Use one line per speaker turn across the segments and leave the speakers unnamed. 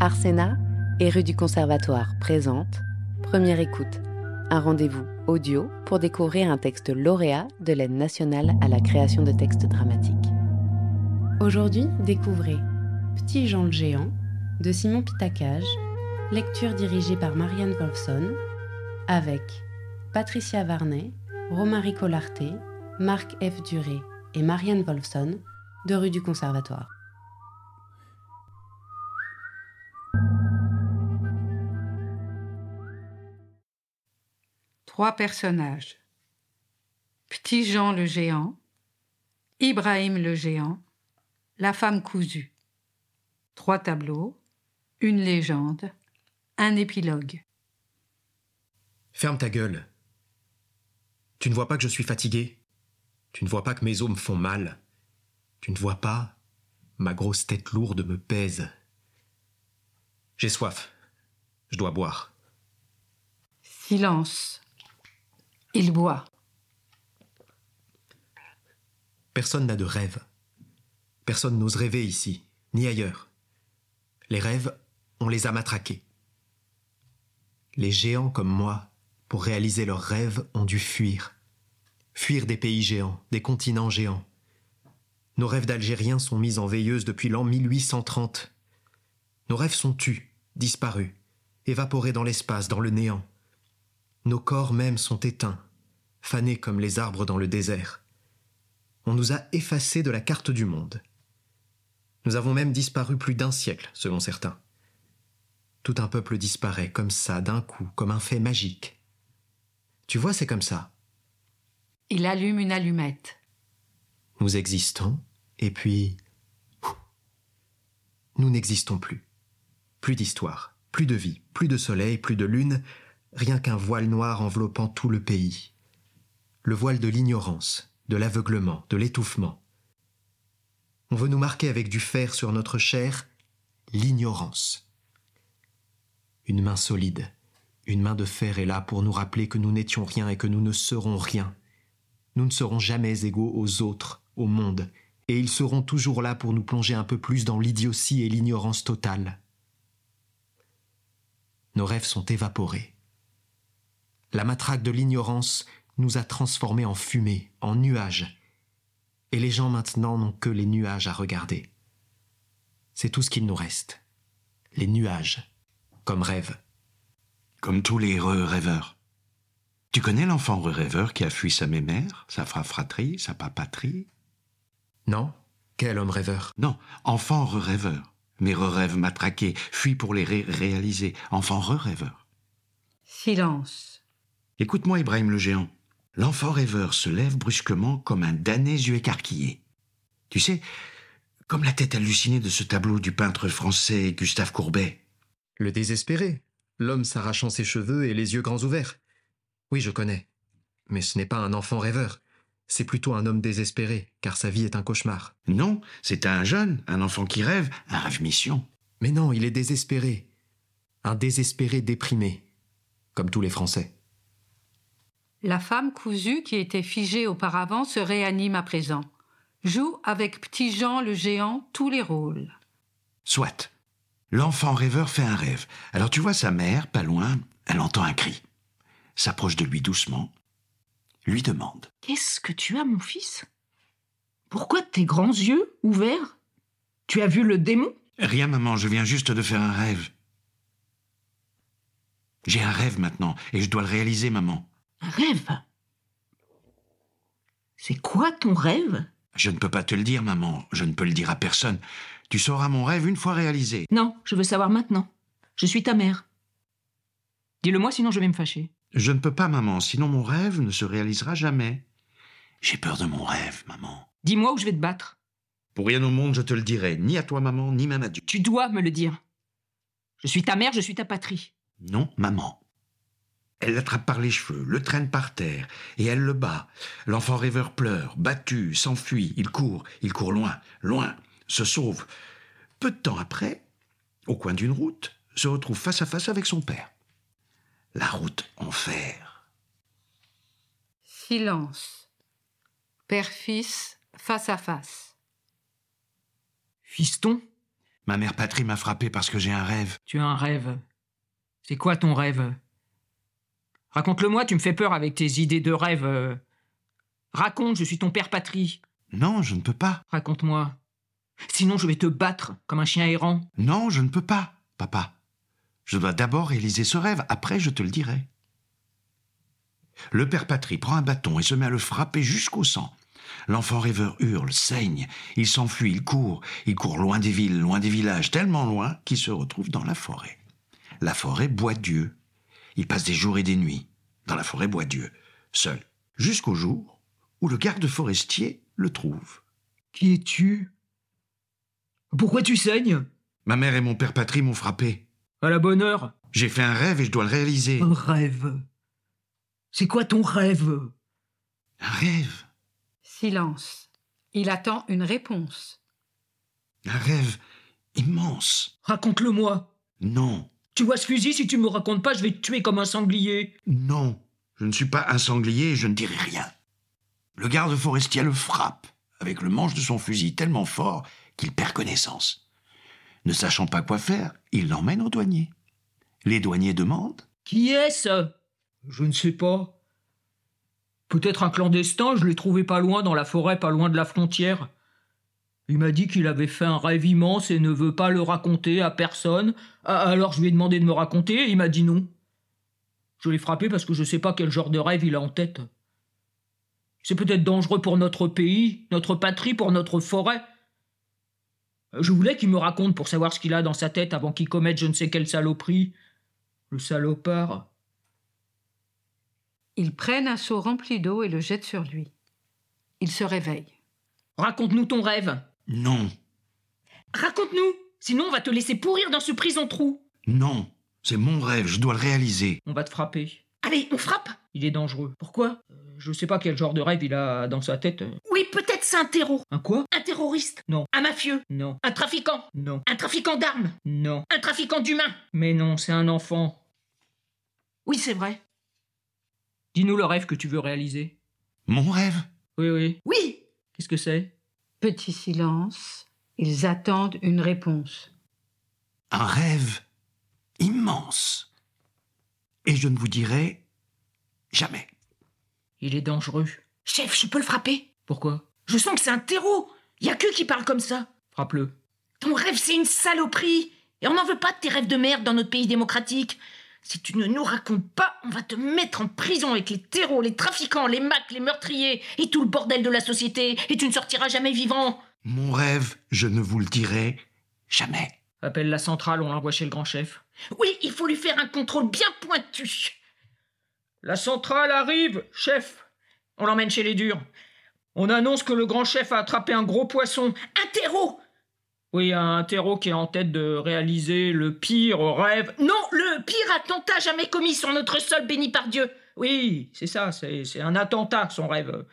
Arsena et rue du Conservatoire présente Première écoute, un rendez-vous audio pour découvrir un texte lauréat de l'aide nationale à la création de textes dramatiques. Aujourd'hui, découvrez Petit Jean le Géant de Simon Pitacage, lecture dirigée par Marianne Wolfson, avec Patricia Varnet, Romaric Colarté, Marc F. Duré et Marianne Wolfson de rue du Conservatoire.
Trois personnages. Petit Jean le géant, Ibrahim le géant, la femme cousue. Trois tableaux, une légende, un épilogue.
Ferme ta gueule. Tu ne vois pas que je suis fatigué. Tu ne vois pas que mes os me font mal. Tu ne vois pas ma grosse tête lourde me pèse. J'ai soif. Je dois boire.
Silence. Il boit.
Personne n'a de rêve. Personne n'ose rêver ici, ni ailleurs. Les rêves, on les a matraqués. Les géants comme moi, pour réaliser leurs rêves, ont dû fuir. Fuir des pays géants, des continents géants. Nos rêves d'Algériens sont mis en veilleuse depuis l'an 1830. Nos rêves sont tus, disparus, évaporés dans l'espace, dans le néant. Nos corps mêmes sont éteints, fanés comme les arbres dans le désert. On nous a effacés de la carte du monde. Nous avons même disparu plus d'un siècle, selon certains. Tout un peuple disparaît comme ça, d'un coup, comme un fait magique. Tu vois, c'est comme ça.
Il allume une allumette.
Nous existons, et puis. Nous n'existons plus. Plus d'histoire, plus de vie, plus de soleil, plus de lune, rien qu'un voile noir enveloppant tout le pays. Le voile de l'ignorance, de l'aveuglement, de l'étouffement. On veut nous marquer avec du fer sur notre chair l'ignorance. Une main solide, une main de fer est là pour nous rappeler que nous n'étions rien et que nous ne serons rien. Nous ne serons jamais égaux aux autres, au monde, et ils seront toujours là pour nous plonger un peu plus dans l'idiotie et l'ignorance totale. Nos rêves sont évaporés. La matraque de l'ignorance nous a transformés en fumée, en nuages. Et les gens maintenant n'ont que les nuages à regarder. C'est tout ce qu'il nous reste. Les nuages, comme rêve.
comme tous les re-rêveurs. Tu connais l'enfant re-rêveur qui a fui sa mémère, sa frafratrie, sa papatrie
Non Quel homme rêveur
Non, enfant re-rêveur. Mais re-rêve matraqué, fuit pour les ré- réaliser, enfant re-rêveur.
Silence.
Écoute-moi, Ibrahim le géant. L'enfant rêveur se lève brusquement comme un damné yeux écarquillés. Tu sais, comme la tête hallucinée de ce tableau du peintre français Gustave Courbet.
Le désespéré, l'homme s'arrachant ses cheveux et les yeux grands ouverts. Oui, je connais. Mais ce n'est pas un enfant rêveur. C'est plutôt un homme désespéré, car sa vie est un cauchemar.
Non, c'est un jeune, un enfant qui rêve, un rêve mission.
Mais non, il est désespéré. Un désespéré déprimé, comme tous les Français.
La femme cousue qui était figée auparavant se réanime à présent. Joue avec Petit Jean le géant tous les rôles.
Soit. L'enfant rêveur fait un rêve. Alors tu vois sa mère, pas loin, elle entend un cri. S'approche de lui doucement, lui demande.
Qu'est-ce que tu as, mon fils Pourquoi tes grands yeux ouverts Tu as vu le démon
Rien, maman, je viens juste de faire un rêve. J'ai un rêve maintenant, et je dois le réaliser, maman.
Un rêve C'est quoi ton rêve
Je ne peux pas te le dire, maman, je ne peux le dire à personne. Tu sauras mon rêve une fois réalisé.
Non, je veux savoir maintenant. Je suis ta mère. Dis-le-moi, sinon je vais me fâcher.
Je ne peux pas, maman, sinon mon rêve ne se réalisera jamais. J'ai peur de mon rêve, maman.
Dis-moi ou je vais te battre.
Pour rien au monde, je te le dirai, ni à toi, maman, ni même à Dieu.
Tu dois me le dire. Je suis ta mère, je suis ta patrie.
Non, maman. Elle l'attrape par les cheveux, le traîne par terre, et elle le bat. L'enfant rêveur pleure, battu, s'enfuit, il court, il court loin, loin, se sauve. Peu de temps après, au coin d'une route, se retrouve face à face avec son père. La route en fer.
Silence. Père-fils, face à face.
Fiston
Ma mère patrie m'a frappé parce que j'ai un rêve.
Tu as un rêve. C'est quoi ton rêve Raconte-le-moi, tu me fais peur avec tes idées de rêve. euh. Raconte, je suis ton père patrie.
Non, je ne peux pas.
Raconte-moi. Sinon, je vais te battre comme un chien errant.
Non, je ne peux pas, papa. Je dois d'abord réaliser ce rêve, après je te le dirai. Le père Patrie prend un bâton et se met à le frapper jusqu'au sang. L'enfant rêveur hurle, saigne, il s'enfuit, il court, il court loin des villes, loin des villages, tellement loin qu'il se retrouve dans la forêt. La forêt boit Dieu. Il passe des jours et des nuits dans la forêt boit Dieu, seul, jusqu'au jour où le garde forestier le trouve.
Qui es-tu Pourquoi tu saignes
Ma mère et mon père Patrie m'ont frappé.
À la bonne heure.
J'ai fait un rêve et je dois le réaliser.
Un rêve. C'est quoi ton rêve
Un rêve
Silence. Il attend une réponse.
Un rêve immense.
Raconte-le-moi.
Non,
Tu vois ce fusil, si tu me racontes pas, je vais te tuer comme un sanglier.
non, je ne suis pas un sanglier et je ne dirai rien. Le garde forestier le frappe avec le manche de son fusil tellement fort qu'il perd connaissance. Ne sachant pas quoi faire, il l'emmène au douanier. Les douaniers demandent
Qui est-ce Je ne sais pas. Peut-être un clandestin, je l'ai trouvé pas loin dans la forêt, pas loin de la frontière. Il m'a dit qu'il avait fait un rêve immense et ne veut pas le raconter à personne. A- Alors je lui ai demandé de me raconter et il m'a dit non. Je l'ai frappé parce que je ne sais pas quel genre de rêve il a en tête. C'est peut-être dangereux pour notre pays, notre patrie, pour notre forêt. Euh, Je voulais qu'il me raconte pour savoir ce qu'il a dans sa tête avant qu'il commette je ne sais quelle saloperie. Le salopard.
Ils prennent un seau rempli d'eau et le jettent sur lui. Il se réveille.
Raconte-nous ton rêve.
Non,
Raconte-nous, sinon on va te laisser pourrir dans ce prison trou.
non, c'est mon rêve, je dois le réaliser.
On va te frapper. Allez, on frappe. Il est dangereux. Pourquoi Euh, Je sais pas quel genre de rêve il a dans sa tête.
Oui, peut-être c'est un terreau,
Un quoi
un terroriste,
Non,
un mafieux,
non,
un trafiquant,
non,
un trafiquant d'armes,
non.
un trafiquant d'humains.
Mais non, c'est un enfant.
Oui, c'est vrai.
Dis-nous le rêve que tu veux réaliser.
Mon rêve
Oui, oui.
Oui,
Qu'est-ce que c'est
Petit silence. Ils attendent une réponse.
un rêve immense. Et je ne vous dirai jamais.
Il est dangereux.
chef, je peux le frapper.
Pourquoi
Je sens que c'est un terreau. Y a que qui parle comme ça.
Frappe-le.
Ton rêve, c'est une saloperie. Et on n'en veut pas de tes rêves de merde dans notre pays démocratique. Si tu ne nous racontes pas, on va te mettre en prison avec les terreaux, les trafiquants, les macs, les meurtriers et tout le bordel de la société. Et tu ne sortiras jamais vivant.
Mon rêve, je ne vous le dirai jamais.
Appelle la centrale, on l'envoie chez le grand chef.
Oui, il faut lui faire un contrôle bien pointu.
La centrale arrive, chef. On l'emmène chez les durs. On annonce que le grand chef a attrapé un gros poisson.
Un terreau
Oui, un terreau qui est en tête de réaliser le pire rêve.
Non, le pire attentat jamais commis sur notre sol béni par Dieu.
Oui, c'est ça, c'est c'est un attentat, son rêve.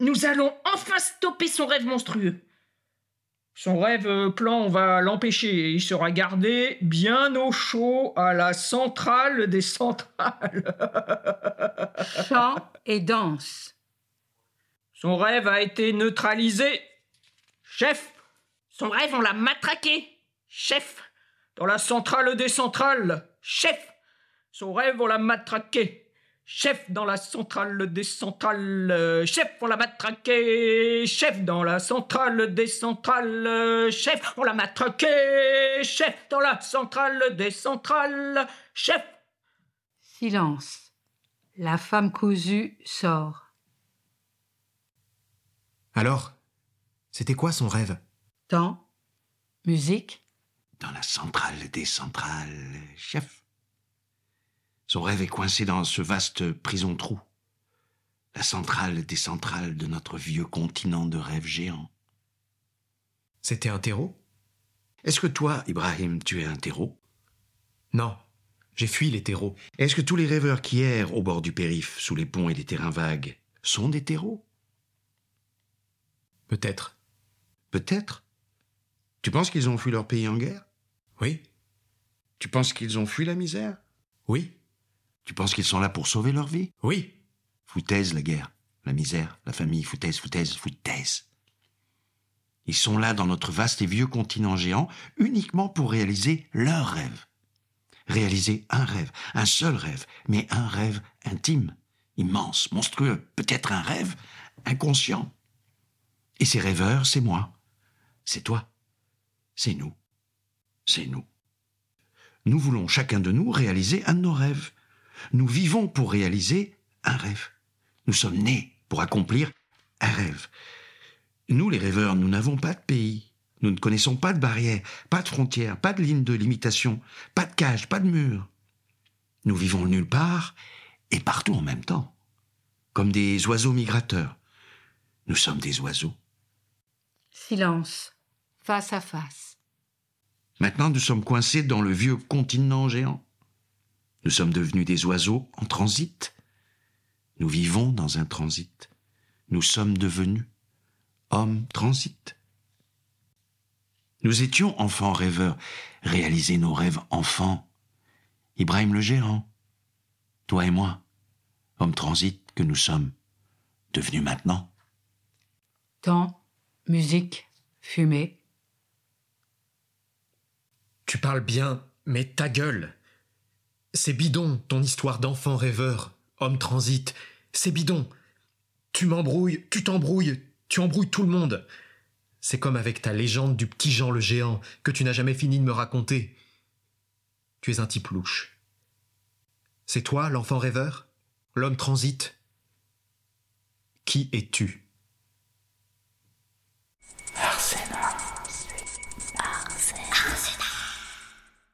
Nous allons enfin stopper son rêve monstrueux.
Son rêve euh, plan, on va l'empêcher. Il sera gardé bien au chaud à la centrale des centrales.
Chant et danse.
Son rêve a été neutralisé. Chef,
Son rêve, on l'a matraqué. Chef,
dans la centrale des centrales. Chef, son rêve, on l'a matraqué. Chef, dans la centrale des centrales. Euh, Chef, on l'a matraqué. Chef, dans la centrale des centrales. Euh, Chef, on l'a matraqué. Chef, dans la centrale des centrales. Chef.
Silence. La femme cousue sort.
Alors, c'était quoi son rêve
Temps. Musique.
Dans la centrale des centrales, chef. Son rêve est coincé dans ce vaste prison-trou. La centrale des centrales de notre vieux continent de rêves géants.
C'était un terreau
Est-ce que toi, Ibrahim, tu es un terreau
Non, j'ai fui les terreaux.
Est-ce que tous les rêveurs qui errent au bord du périph, sous les ponts et les terrains vagues, sont des terreaux
Peut-être.
Peut-être. Tu penses qu'ils ont fui leur pays en guerre
Oui
Tu penses qu'ils ont fui la misère
Oui
Tu penses qu'ils sont là pour sauver leur vie
Oui
Foutaise la guerre, la misère, la famille, foutaise, foutaise, foutaise. Ils sont là dans notre vaste et vieux continent géant uniquement pour réaliser leur rêve. Réaliser un rêve, un seul rêve, mais un rêve intime, immense, monstrueux, peut-être un rêve inconscient. Et ces rêveurs, c'est moi, c'est toi, c'est nous, c'est nous. Nous voulons chacun de nous réaliser un de nos rêves. Nous vivons pour réaliser un rêve. Nous sommes nés pour accomplir un rêve. Nous, les rêveurs, nous n'avons pas de pays. Nous ne connaissons pas de barrières, pas de frontières, pas de lignes de limitation, pas de cage, pas de murs. Nous vivons nulle part et partout en même temps, comme des oiseaux migrateurs. Nous sommes des oiseaux.
Silence. Face à face.
Maintenant, nous sommes coincés dans le vieux continent géant. Nous sommes devenus des oiseaux en transit. Nous vivons dans un transit. Nous sommes devenus hommes transit. Nous étions enfants rêveurs, réaliser nos rêves enfants. Ibrahim le géant, toi et moi, hommes transit que nous sommes, devenus maintenant.
Temps, musique, fumée.
Tu parles bien, mais ta gueule. C'est bidon, ton histoire d'enfant rêveur, homme transit. C'est bidon. Tu m'embrouilles, tu t'embrouilles, tu embrouilles tout le monde. C'est comme avec ta légende du petit Jean le géant que tu n'as jamais fini de me raconter. Tu es un type louche. C'est toi, l'enfant rêveur L'homme transit Qui es-tu